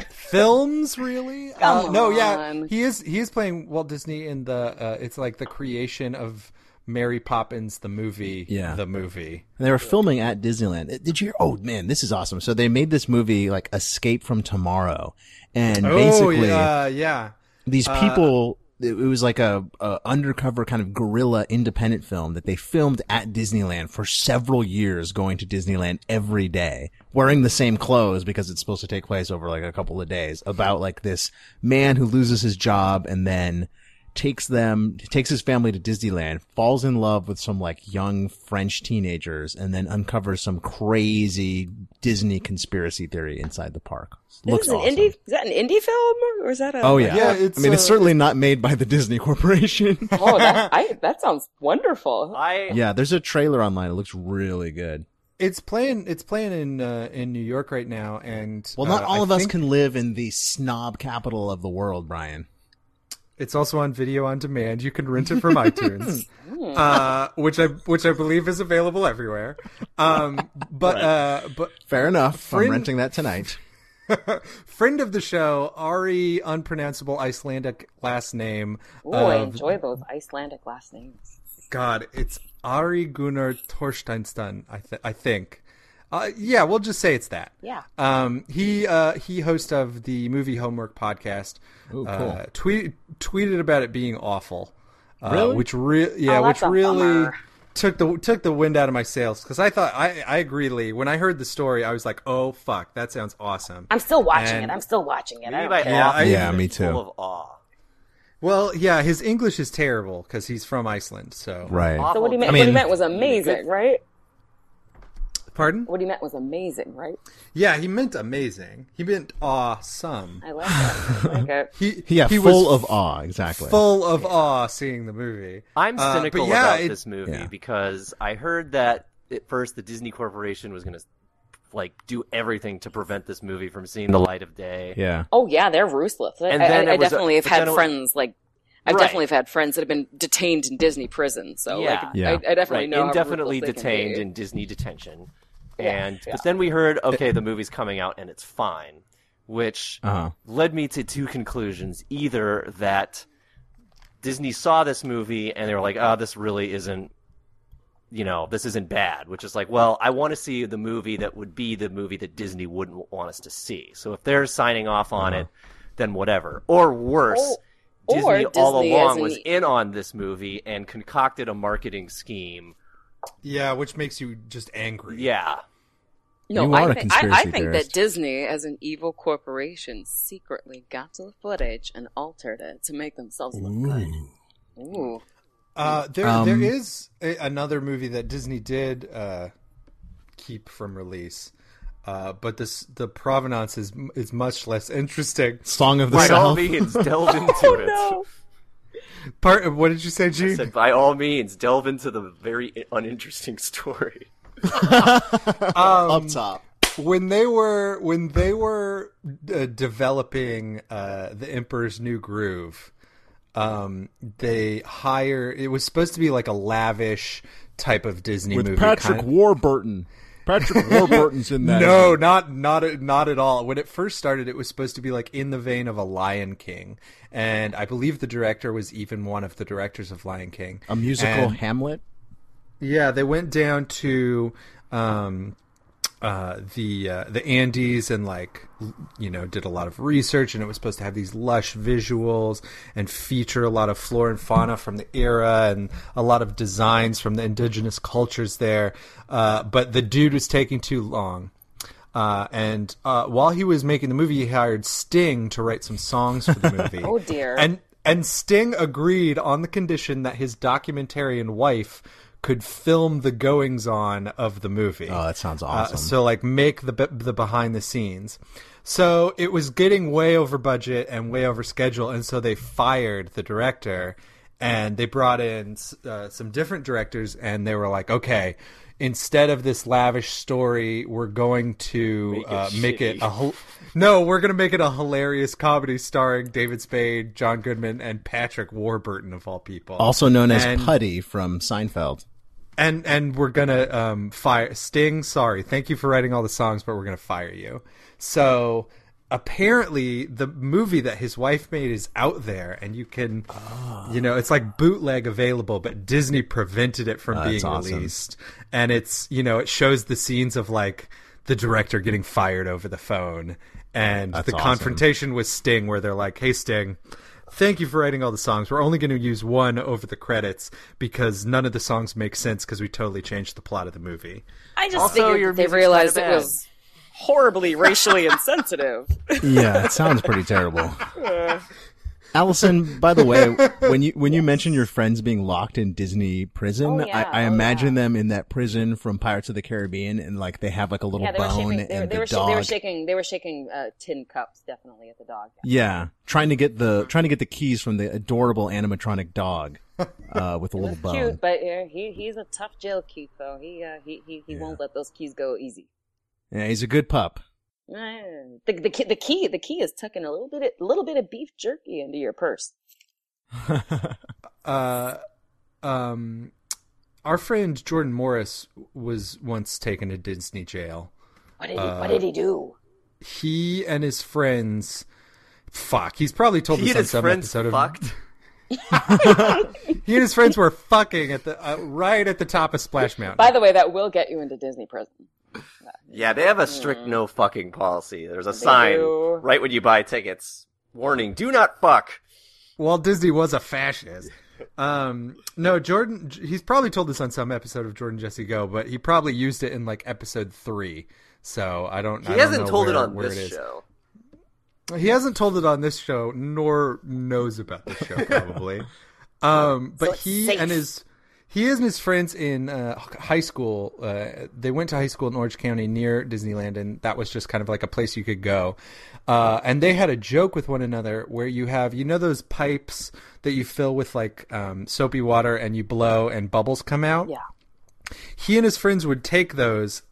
films really? Come Uh, no, yeah, on. he is. He is playing Walt Disney in the. Uh, it's like the creation of Mary Poppins the movie. Yeah. the movie. And they were filming at Disneyland. Uh, Did you? Oh man, this is awesome. So they made this movie like Escape from Tomorrow, and Oh, basically Oh, yeah, yeah. these people. it it was like a, a undercover kind of guerrilla independent film that they filmed at Disneyland for several years, going to Disneyland every day, wearing the same clothes because it's supposed to take place over like a couple of days. About like this man who loses his job and then takes them takes his family to Disneyland, falls in love with some like young French teenagers, and then uncovers some crazy Disney conspiracy theory inside the park. Looks this is an awesome. indie. Is that an indie film or is that a? Oh yeah, Yeah, it's, I mean, it's uh, certainly not made by the Disney Corporation. Oh, that, I, that sounds wonderful. I yeah, there's a trailer online. It looks really good. It's playing. It's playing in uh, in New York right now, and Well, not uh, all I of us think can live in the snob capital of the world, Brian. It's also on video on demand. You can rent it from iTunes, Hmm. uh, which I which I believe is available everywhere. Um, but uh, but Fair enough. Friend- I'm renting that tonight. friend of the show, Ari, unpronounceable Icelandic last name. Ooh, I of- enjoy those Icelandic last names. God, it's Ari Gunnar Torsteinsson, I, th- I think. Uh, yeah, we'll just say it's that. Yeah. Um, he uh, he host of the movie homework podcast. Ooh, cool. Uh, tweet, tweeted about it being awful. Uh, Really? Which re- yeah, Oh, which that's a really bummer. took the took the wind out of my sails because I thought I I agree Lee when I heard the story I was like oh fuck that sounds awesome I'm still watching And- it. I'm still watching it. I maybe don't by care. Yeah, awe, I- Yeah, me Full too. of awe. well yeah his English is terrible because he's from Iceland so Right. So what he meant, I mean- what he meant was amazing, right? pardon What he meant was amazing, right? yeah he meant amazing he meant awesome I like that. I like uh, it. he Yeah, he full was of awe. Exactly. full of awe seeing the movie. I'm Uh, cynical but yeah, about it- this movie yeah. because I heard that at first the Disney Corporation was going to like do everything to prevent this movie from seeing the light of day. Yeah. Oh yeah, they're ruthless. I, And I- then I, it was a- definitely have but then had it was- friends like I've Right. definitely have had friends that have been detained in Disney prison. So like, Yeah. Yeah. I, I definitely right, know how indefinitely ruthless they can detained be. in Disney detention. And but then we heard, okay, the movie's coming out and it's fine, which Uh-huh. led me to two conclusions: either that Disney saw this movie and they were like, "Oh, this really isn't." You know, this isn't bad, which is like, well, I want to see the movie that would be the movie that Disney wouldn't want us to see. So if they're signing off on it, then whatever. Or worse, Or- or Disney all Disney along as in- was in on this movie and concocted a marketing scheme. Yeah, which makes you just angry. Yeah. No, You I, are a think, I, I conspiracy think that theorist. Disney, as an evil corporation, secretly got to the footage and altered it to make themselves look good. Ooh. Uh, there, Um, there is a, another movie that Disney did uh, keep from release, uh, but this the provenance is is much less interesting. Song of the By all South. means, delve Oh, into it. Part of what did you say, Gene? Said, by all means, delve into the very i- uninteresting story. Up top. when they were when they were uh, developing uh, the Emperor's New Groove, um, they hire. It was supposed to be like a lavish type of Disney with movie. Patrick kind of- Warburton. Patrick Warburton's in that. no, not not not at all. When it first started, it was supposed to be like in the vein of a Lion King, and I believe the director was even one of the directors of Lion King. A musical And- Hamlet. Yeah, they went down to um, uh, the uh, the Andes and like l- you know did a lot of research, and it was supposed to have these lush visuals and feature a lot of flora and fauna from the era and a lot of designs from the indigenous cultures there. Uh, but the dude was taking too long. Uh, and uh, while he was making the movie, he hired Sting to write some songs for the movie. Oh, dear. And and Sting agreed on the condition that his documentarian wife could film the goings on of the movie. Oh, that sounds Uh, awesome. so like make the be- the behind the scenes. So it was getting way over budget and way over schedule, and so they fired the director and they brought in uh, some different directors, and they were like, okay. Instead of this lavish story, we're going to Make it uh, make it shitty. a hel- no. We're gonna make it a hilarious comedy starring David Spade, John Goodman, and Patrick Warburton of all people, also known as And- Putty from Seinfeld. and and we're gonna um fire sting sorry thank you for writing all the songs but we're gonna fire you so apparently the movie that his wife made is out there and you can you know it's like bootleg available but disney prevented it from being awesome. released and it's you know it shows the scenes of like the director getting fired over the phone and the awesome. confrontation with sting where they're like hey sting thank you for writing all the songs. We're only going to use one over the credits because none of the songs make sense because we totally changed the plot of the movie. I just Also, figured that they your music's realized kinda it bad. was horribly racially insensitive. Yeah, it sounds pretty terrible. Allison, by the way, when you when you mention your friends being locked in Disney prison, Oh, yeah. I, I Oh, imagine them in that prison from Pirates of the Caribbean, and like they have like a little yeah, they were bone shaking. They, were- and they, the were, sh- dog. they were shaking. They were shaking uh, tin cups definitely at the dog. Yeah, trying to get the trying to get the keys from the adorable animatronic dog uh, with a little bone. Cute, but yeah, he he's a tough jail keep though. He uh, he he, he won't let those keys go easy. Yeah, he's a good pup. Mm. The, the key, the key, the key is tucking a little bit, a little bit of beef jerky into your purse. Uh, um, our friend Jordan Morris was once taken to Disney jail. What did he, what did he do? He and his friends, fuck, he's probably told this He and on his some friends episode of. fucked. He and his friends were fucking at the uh, right at the top of Splash Mountain. By the way, that will get you into Disney prison. Yeah, they have a strict no fucking policy. There's a sign Mm. do. right when you buy tickets. Warning, do not fuck. Walt Disney was a fascist. Um, no, Jordan, he's probably told this on some episode of Jordan Jesse Go, but he probably used it in like episode three. So I don't. He I don't hasn't know told it where- on where this it is. show. He hasn't told it on this show, nor knows about this show probably. um, but he and his he and his friends in uh, high school. Uh, they went to high school in Orange County near Disneyland, and that was just kind of like a place you could go. Uh, and they had a joke with one another where you have you know those pipes that you fill with like um, soapy water and you blow and bubbles come out. Yeah. He and his friends would take those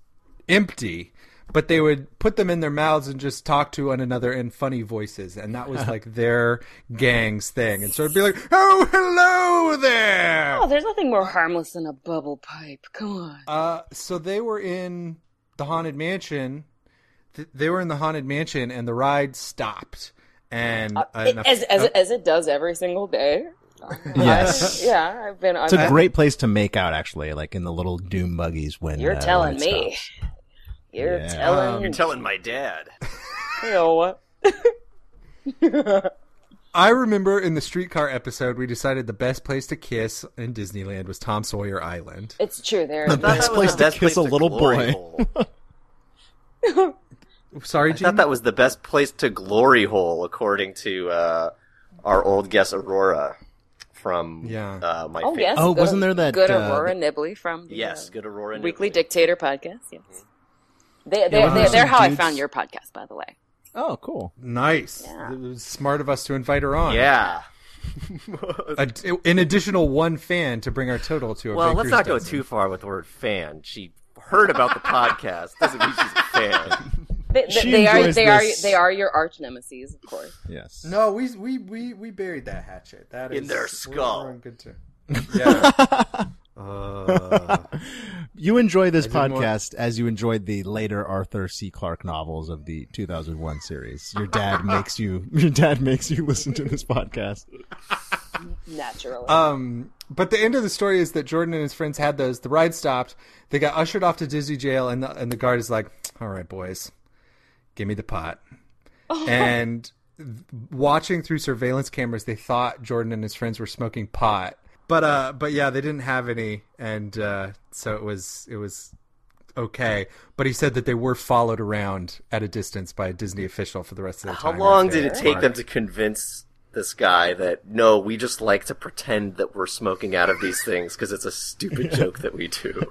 empty, but they would put them in their mouths and just talk to one another in funny voices, and that was like their gang's thing. And so it'd be like, "Oh, hello there." Oh, there's nothing more harmless than a bubble pipe. Come on. Uh, so they were in the haunted mansion. Th- They were in the haunted mansion, and the ride stopped. And, uh, and a- as, as, as Uh, it does every single day. Yes. Yeah, I've been. It's a great place to make out, actually, like in the little doom buggies when You're uh, telling when it me. stops. You're Yeah. telling You're telling my dad. me. what? I remember in the streetcar episode, we decided the best place to kiss in Disneyland was Tom Sawyer Island. It's true. There. I thought Best that place was the to kiss a little glory boy. hole. Sorry, I thought Gene. that was the best place to glory hole, according to uh, our old guest Aurora from Yeah. uh, my oh fa- yes. Oh, good- wasn't there that, good uh, Aurora Nibley from the, yes, uh, good Aurora Weekly Nibley. Dictator podcast? Yes. Mm-hmm. They, they, Yeah, they, there's they're some how I dudes- found your podcast, by the way. Oh, cool. Nice. It was smart of us to invite her on. Yeah. A, an additional one fan to bring our total to a Well, let's baker's not go dozen. too far with the word fan. She heard about the podcast. Doesn't mean she's a fan. They, they, She they are enjoys they are this. they are your arch nemesis, of course. Yes. No, we we we we buried that hatchet. That is In their we're- skull. we're on good terms. Yeah. You enjoy this didn't want- podcast as you enjoyed the later Arthur C. Clarke novels of the 2001 series. Your dad makes you. Your dad makes you listen to this podcast. Naturally. Um, but the end of the story is that Jordan and his friends had those. The ride stopped. They got ushered off to Disney jail, and the, and the guard is like, "All right, boys, give me the pot." and watching through surveillance cameras, they thought Jordan and his friends were smoking pot. But uh, but yeah, they didn't have any, and uh, so it was it was okay. But he said that they were followed around at a distance by a Disney official for the rest of the How time. long after did it that. take them to convince this guy that no, we just like to pretend that we're smoking out of these things because it's a stupid joke that we do.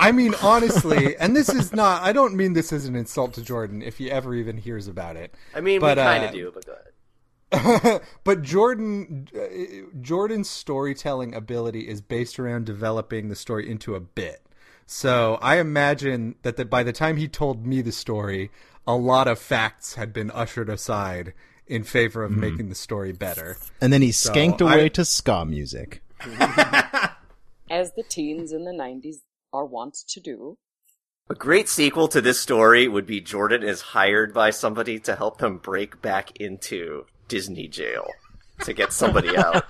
I mean, honestly, and this is not, I don't mean this as an insult to Jordan if he ever even hears about it. I mean, But, we kind of uh, do, but go ahead. But Jordan, uh, Jordan's storytelling ability is based around developing the story into a bit. So I imagine that the, by the time he told me the story, a lot of facts had been ushered aside in favor Mm-hmm. of making the story better. And then he skanked away I- to ska music. as the teens in the nineties are wont to do. A great sequel to this story would be Jordan is hired by somebody to help him break back into Disney jail to get somebody out.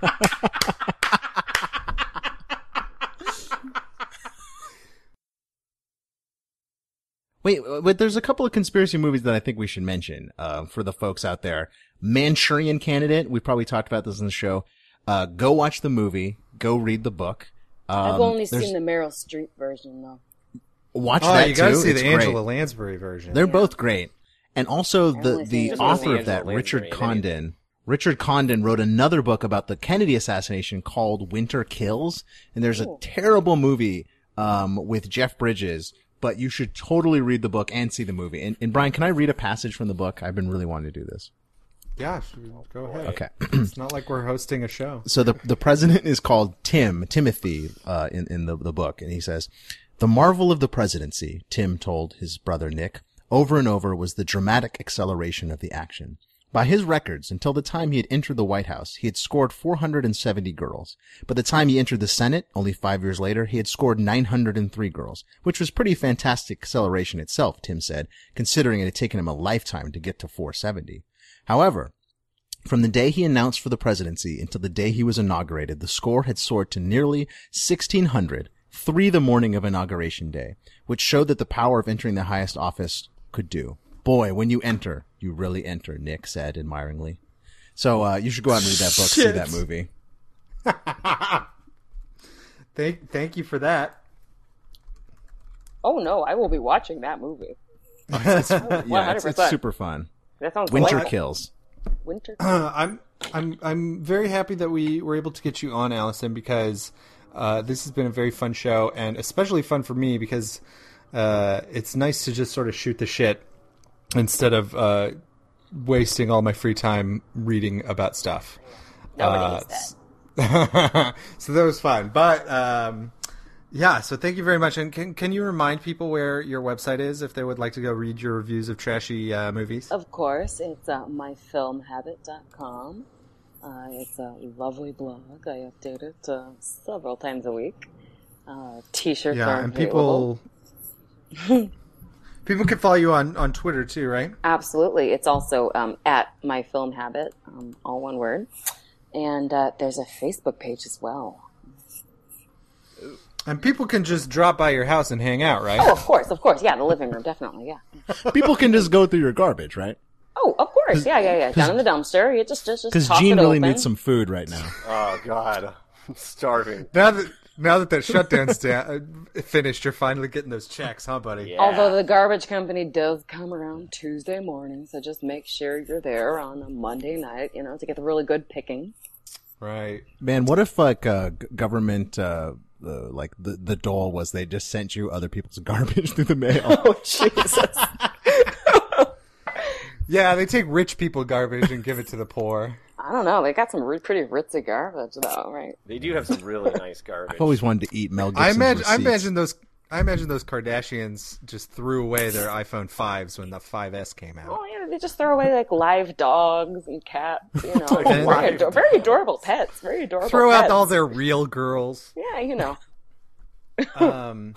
Wait, wait, there's a couple of conspiracy movies that I think we should mention uh, for the folks out there. Manchurian Candidate. We probably talked about this in the show. Uh, go watch the movie. Go read the book. Um, I've only there's- seen the Meryl Streep version though. Watch Oh, that you got to too. see It's the great. Angela Lansbury version. They're both great. And also the only think the it's author Angela of that, Lansbury Richard in any- Condon. Richard Condon wrote another book about the Kennedy assassination called Winter Kills, and there's a terrible movie um, with Jeff Bridges, but you should totally read the book and see the movie. And, and Brian, can I read a passage from the book? I've been really wanting to do this. yeah, go ahead. Okay. it's not like we're hosting a show. so the the president is called Tim Timothy uh, in in the the book, and he says, "The marvel of the presidency," Tim told his brother Nick over and over, was the dramatic acceleration of the action. By his records, until the time he had entered the White House, he had scored 470 girls. By the time he entered the Senate, only five years later, he had scored 903 girls, which was pretty fantastic acceleration itself, Tim said, considering it had taken him a lifetime to get to 470. However, from the day he announced for the presidency until the day he was inaugurated, the score had soared to nearly 1600, three the morning of inauguration day, which showed that the power of entering the highest office could do. Boy, when you enter, you really enter, Nick said admiringly. So, uh, you should go out and read that book, see Shit. that movie. Thank, thank you for that. Oh no, I will be watching that movie. Yeah, it's, it's 100%. super fun. That sounds Winter delightful. Kills. Winter. Uh, I'm I'm I'm very happy that we were able to get you on, Allison, because uh, this has been a very fun show and especially fun for me because uh, it's nice to just sort of shoot the shit instead of uh, wasting all my free time reading about stuff. Uh, Nobody needs that. so that was fun, but um, Yeah, so thank you very much. And can can you remind people where your website is if they would like to go read your reviews of trashy uh, movies? Of course, it's uh, myfilmhabit.com. Uh, it's a lovely blog. I update it uh, several times a week. Uh, t-shirts yeah, are and available. people people can follow you on on Twitter too, right? Absolutely. It's also um, at My Film Habit, um, all one word. And uh, there's a Facebook page as well. And people can just drop by your house and hang out, right? Oh, of course, of course. Yeah, the living room, definitely. Yeah. People can just go through your garbage, right? Oh, of course. Yeah, yeah, yeah. Down in the dumpster. You just, just, just Because toss Gene it really open. needs some food right now. Oh God, I'm starving. Now that now that that shutdown's down, uh, finished, you're finally getting those checks, huh, buddy? Yeah. Although the garbage company does come around Tuesday morning, so just make sure you're there on a Monday night, you know, to get the really good picking. Right. Man, what if like uh, g- government, uh, uh, like the the dole was they just sent you other people's garbage through the mail? Oh, Jesus. Yeah, they take rich people garbage and give it to the poor. I don't know. They got some re- pretty ritzy garbage, though, right? They do have some really nice garbage. I've always wanted to eat Mel I Gibson's imagine, I receipts. imagine those. I imagine those Kardashians just threw away their iPhone fives when the 5S came out. Oh, yeah, they just throw away like live dogs and cats, you know. Okay. very, ador- very adorable pets. Very adorable Throw out pets. all their real girls. Yeah, you know. Um,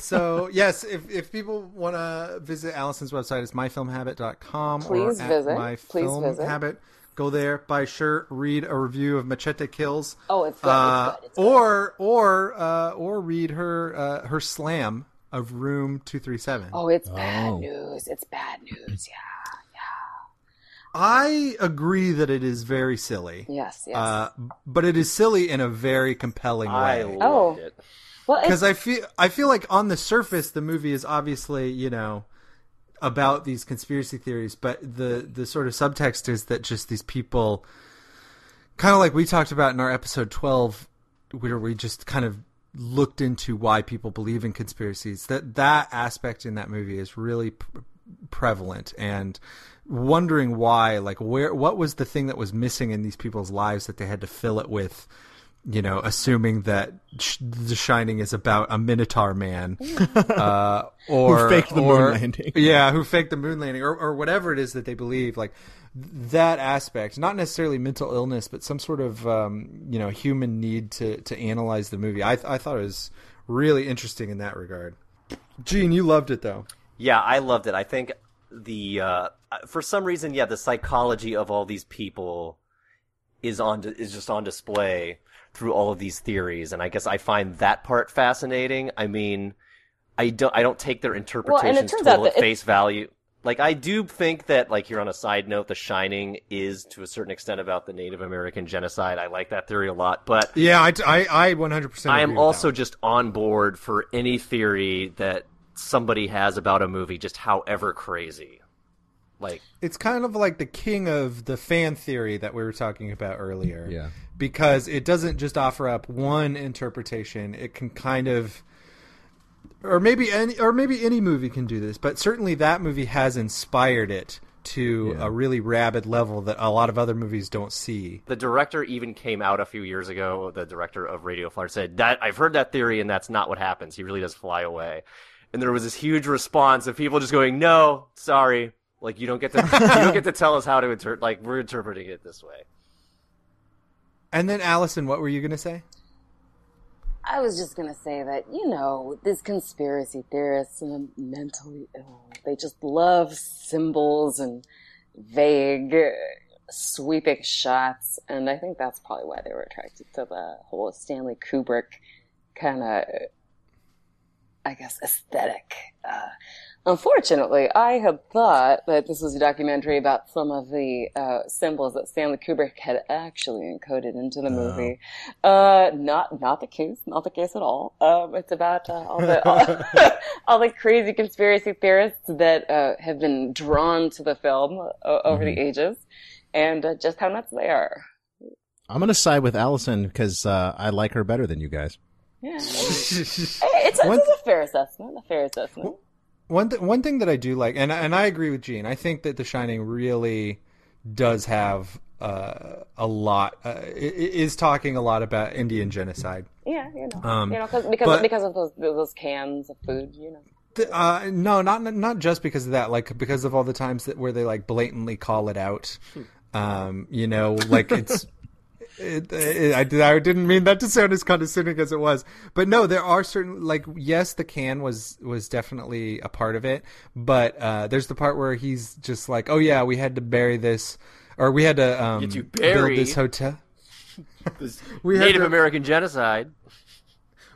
so yes, if, if people want to visit Allison's website, it's myfilmhabit.com. Please or at visit. My Please Film visit. Habit. Go there, buy a shirt, read a review of Machete Kills. Oh, it's good, it's Uh, good, it's good. or or uh, or read her uh, her slam of Room Two Three Seven. Oh, it's bad news. It's bad news. Yeah. I agree that it is very silly. Yes, yes. Uh, but it is silly in a very compelling I way. loved Oh. it. well, it's Because I feel I feel like on the surface the movie is obviously you know about these conspiracy theories, but the the sort of subtext is that just these people, kind of like we talked about in our episode twelve, where we just kind of looked into why people believe in conspiracies. That that aspect in that movie is really p- prevalent and wondering why like where what was the thing that was missing in these people's lives that they had to fill it with you know assuming that sh- the shining is about a minotaur man uh or faked the or- moon landing. yeah who faked the moon landing or, or whatever it is that they believe like th- that aspect not necessarily mental illness but some sort of um you know human need to to analyze the movie i th- i thought it was really interesting in that regard gene you loved it though Yeah, I loved it. I think the uh, for some reason, yeah, the psychology of all these people is on is just on display through all of these theories, and I guess I find that part fascinating. I mean, I don't I don't take their interpretations turns out total that at it- face value. Like I do think that like here on a side note, The Shining is to a certain extent about the Native American genocide. I like that theory a lot, but Yeah, I, I, I 100%. I agree am with also that just on board for any theory that somebody has about a movie, just however crazy. Like, one. It's kind of like the king of the fan theory that we were talking about earlier. Yeah. Because it doesn't just offer up one interpretation, it can kind of. Or maybe any, or maybe any movie can do this, but certainly that movie has inspired it to a really rabid level that a lot of other movies don't see. the director even came out a few years ago. The director of Radio Flyer said that I've heard that theory, and that's not what happens. He really does fly away, and there was this huge response of people just going, "No, sorry, like you don't get to you don't get to tell us how to interpret. Like we're interpreting it this way." And then Allison, what were you going to say? I was just gonna say that you know these conspiracy theorists and the mentally ill—they just love symbols and vague, uh, sweeping shots, and I think that's probably why they were attracted to the whole Stanley Kubrick kind of, I guess, aesthetic. Uh, unfortunately, I had thought that this was a documentary about some of the uh, symbols that Stanley Kubrick had actually encoded into the movie. Oh. Uh, not not the case, not the case at all. Um, it's about uh, all the all, all the crazy conspiracy theorists that uh, have been drawn to the film uh, over Mm-hmm. the ages, and uh, just how nuts they are. I'm gonna side with Allison because uh, I like her better than you guys. Yeah, it's, it's, a- it's a fair assessment. A fair assessment. One th- one thing that I do like, and and I agree with Gene. I think that The Shining really does have uh, a lot. Uh, i- i- is talking a lot about Indian genocide Yeah, you know, Um, you know, 'cause- because but- because of those those cans of food, you know. Th- uh, no, not not just because of that. Like because of all the times that where they like blatantly call it out. Hmm. Um, you know, like it's. It, it, I, did, I didn't mean that to sound as condescending as it was, but no, there are certain like yes, the can was was definitely a part of it, but uh, there's the part where he's just like, oh yeah, we had to bury this, or we had to um, Did you build bury? this hotel. This We had Native to- American genocide.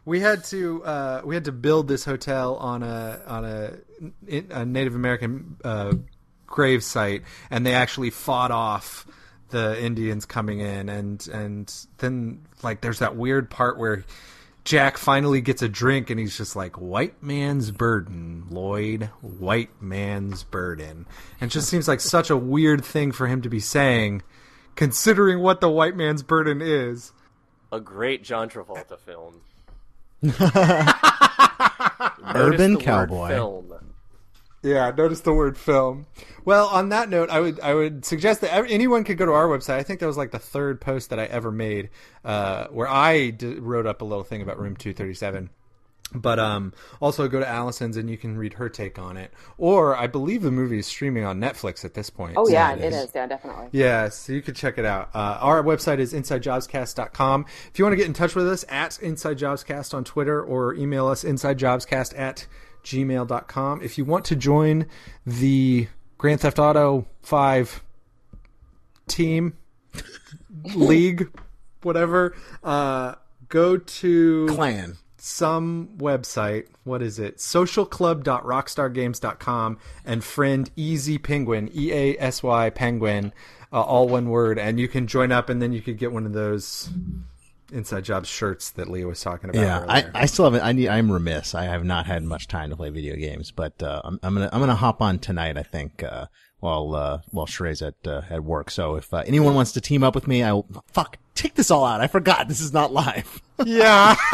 we had to uh, we had to build this hotel on a on a, a Native American uh, grave site, and they actually fought off the Indians coming in, and and then like there's that weird part where Jack finally gets a drink, and he's just like white man's burden, Lloyd, white man's burden, and it just seems like such a weird thing for him to be saying, considering what the white man's burden is. A great John Travolta film. Urban Notice the word cowboy. film. Yeah, notice the word film. Well, on that note, I would I would suggest that ev- anyone could go to our website. I think that was like the third post that I ever made, uh, where I d- wrote up a little thing about Room Two Thirty Seven. But um, also go to Allison's and you can read her take on it. Or I believe the movie is streaming on Netflix at this point. Oh so yeah, it is. Yeah, definitely. yeah, so you can check it out. Uh, our website is insidejobscast.com. If you want to get in touch with us, at insidejobscast on Twitter or email us insidejobscast at gmail.com. If you want to join the Grand Theft Auto 5 team, league, whatever, uh, go to Clan. some website. What is it? Socialclub.rockstargames.com and friend Easy Penguin, E A S Y Penguin, uh, all one word. And you can join up, and then you could get one of those inside jobs shirts that Leah was talking about. Yeah, I, earlier. I still haven't. I need. I'm remiss. I have not had much time to play video games, but uh, I'm, I'm gonna I'm gonna hop on tonight. I think uh, while uh, while Sheree's at uh, at work. So if uh, anyone wants to team up with me, I will. Fuck, take this all out. I forgot this is not live. yeah.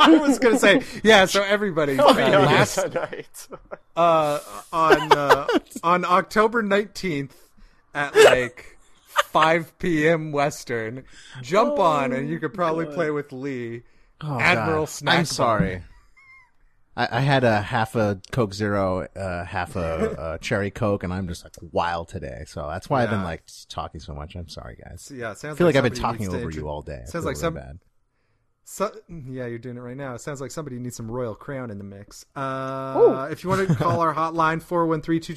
I was gonna say yeah. So everybody, Oh, uh, last Tonight. uh, on uh, on October nineteenth at like five p.m. Western, jump on and you could probably play with Lee. Oh, Admiral God. I'm Snack sorry. I, I had a half a Coke Zero, uh, half a, uh cherry Coke, and I'm just like wild today. So that's why I've been Yeah. like talking so much. I'm sorry, guys. Yeah, it sounds. I feel like, I've been somebody talking needs to over intro- you all day. I Sounds feel like really some. bad. So, yeah, you're doing it right now. It sounds like somebody needs some Royal Crown in the mix. Uh, if you want to call our hotline,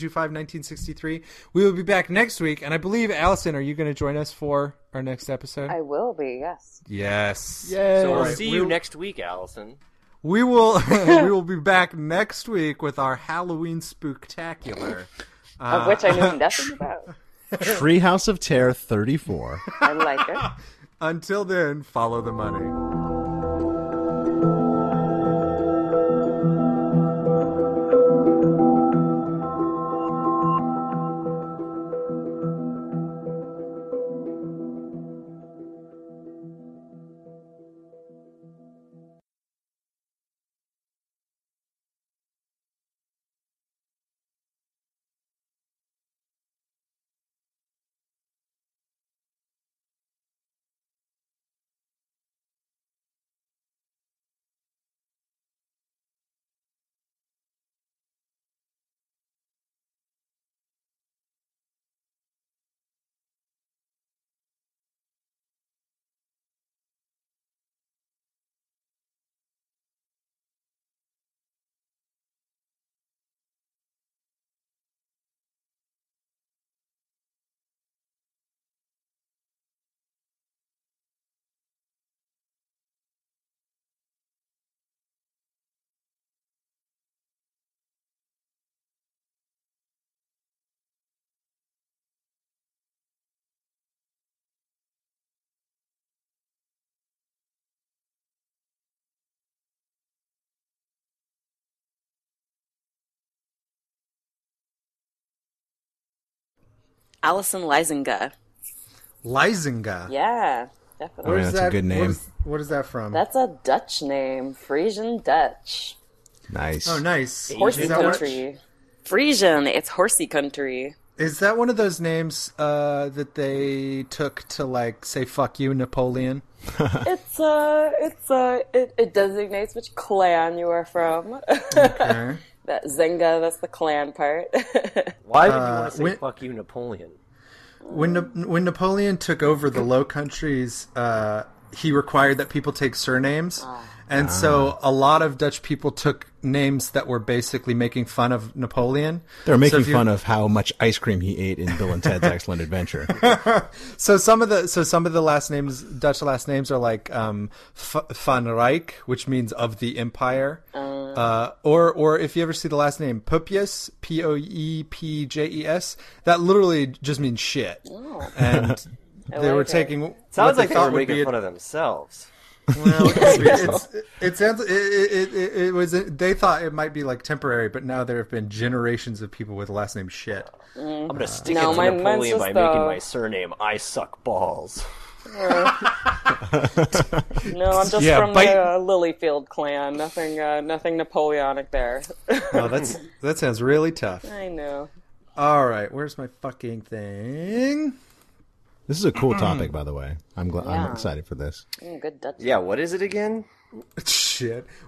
413-225-1963. We will be back next week. And I believe, Allison, are you going to join us for our next episode? I will be. Yes. yes. So we'll Alright, see we- you next week, Allison. We will we will be back next week with our Halloween spooktacular. Of which I knew nothing about. Treehouse of Terror 34. Oh, I like it. Until then, follow the money. Allison Leisinga. Lysinga. Oh, Yeah, definitely. That's a good What name. is, what is that from? That's a Dutch name, Frisian Dutch. Nice. oh, nice. Horsey Is that what- country. Frisian, it's horsey country. Is that one of those names uh, that they took to like say "fuck you, Napoleon"? It's uh, it's uh, it, it designates which clan you are from. Huh? that Zenga, that's the clan part. Why would you Uh, want to say when- "fuck you, Napoleon"? When Na- when Napoleon took over the Low Countries, uh, he required that people take surnames, Ah. and so Ah. a lot of Dutch people took names that were basically making fun of Napoleon. They're making if you- fun of how much ice cream he ate in Bill and Ted's Excellent Adventure. So some of the so some of the last names Dutch last names are like um, F- Van Rijk, which means of the empire, Ah. uh, or or if you ever see the last name Pupjes, P O E P J E S, that literally just means shit. And they were like it. taking Sounds Oh. like they they were thought would making be a- fun of themselves. well, it's, it's, it sounds it, it, it, it was they thought it might be like temporary, but now there have been generations of people with the last name shit. I'm gonna stick No, it my- to mine's Napoleon by just, making uh, my surname "I suck balls." no, I'm just Yeah, from bite- the uh, Lilyfield clan. Nothing, uh, nothing Napoleonic there. Oh, that's that sounds really tough. I know. All right, where's my fucking thing? this is a Mm. cool topic, by the way. I'm glad. I'm Yeah. excited for this. Mm, good Dutch. Yeah, what is it again? Shit.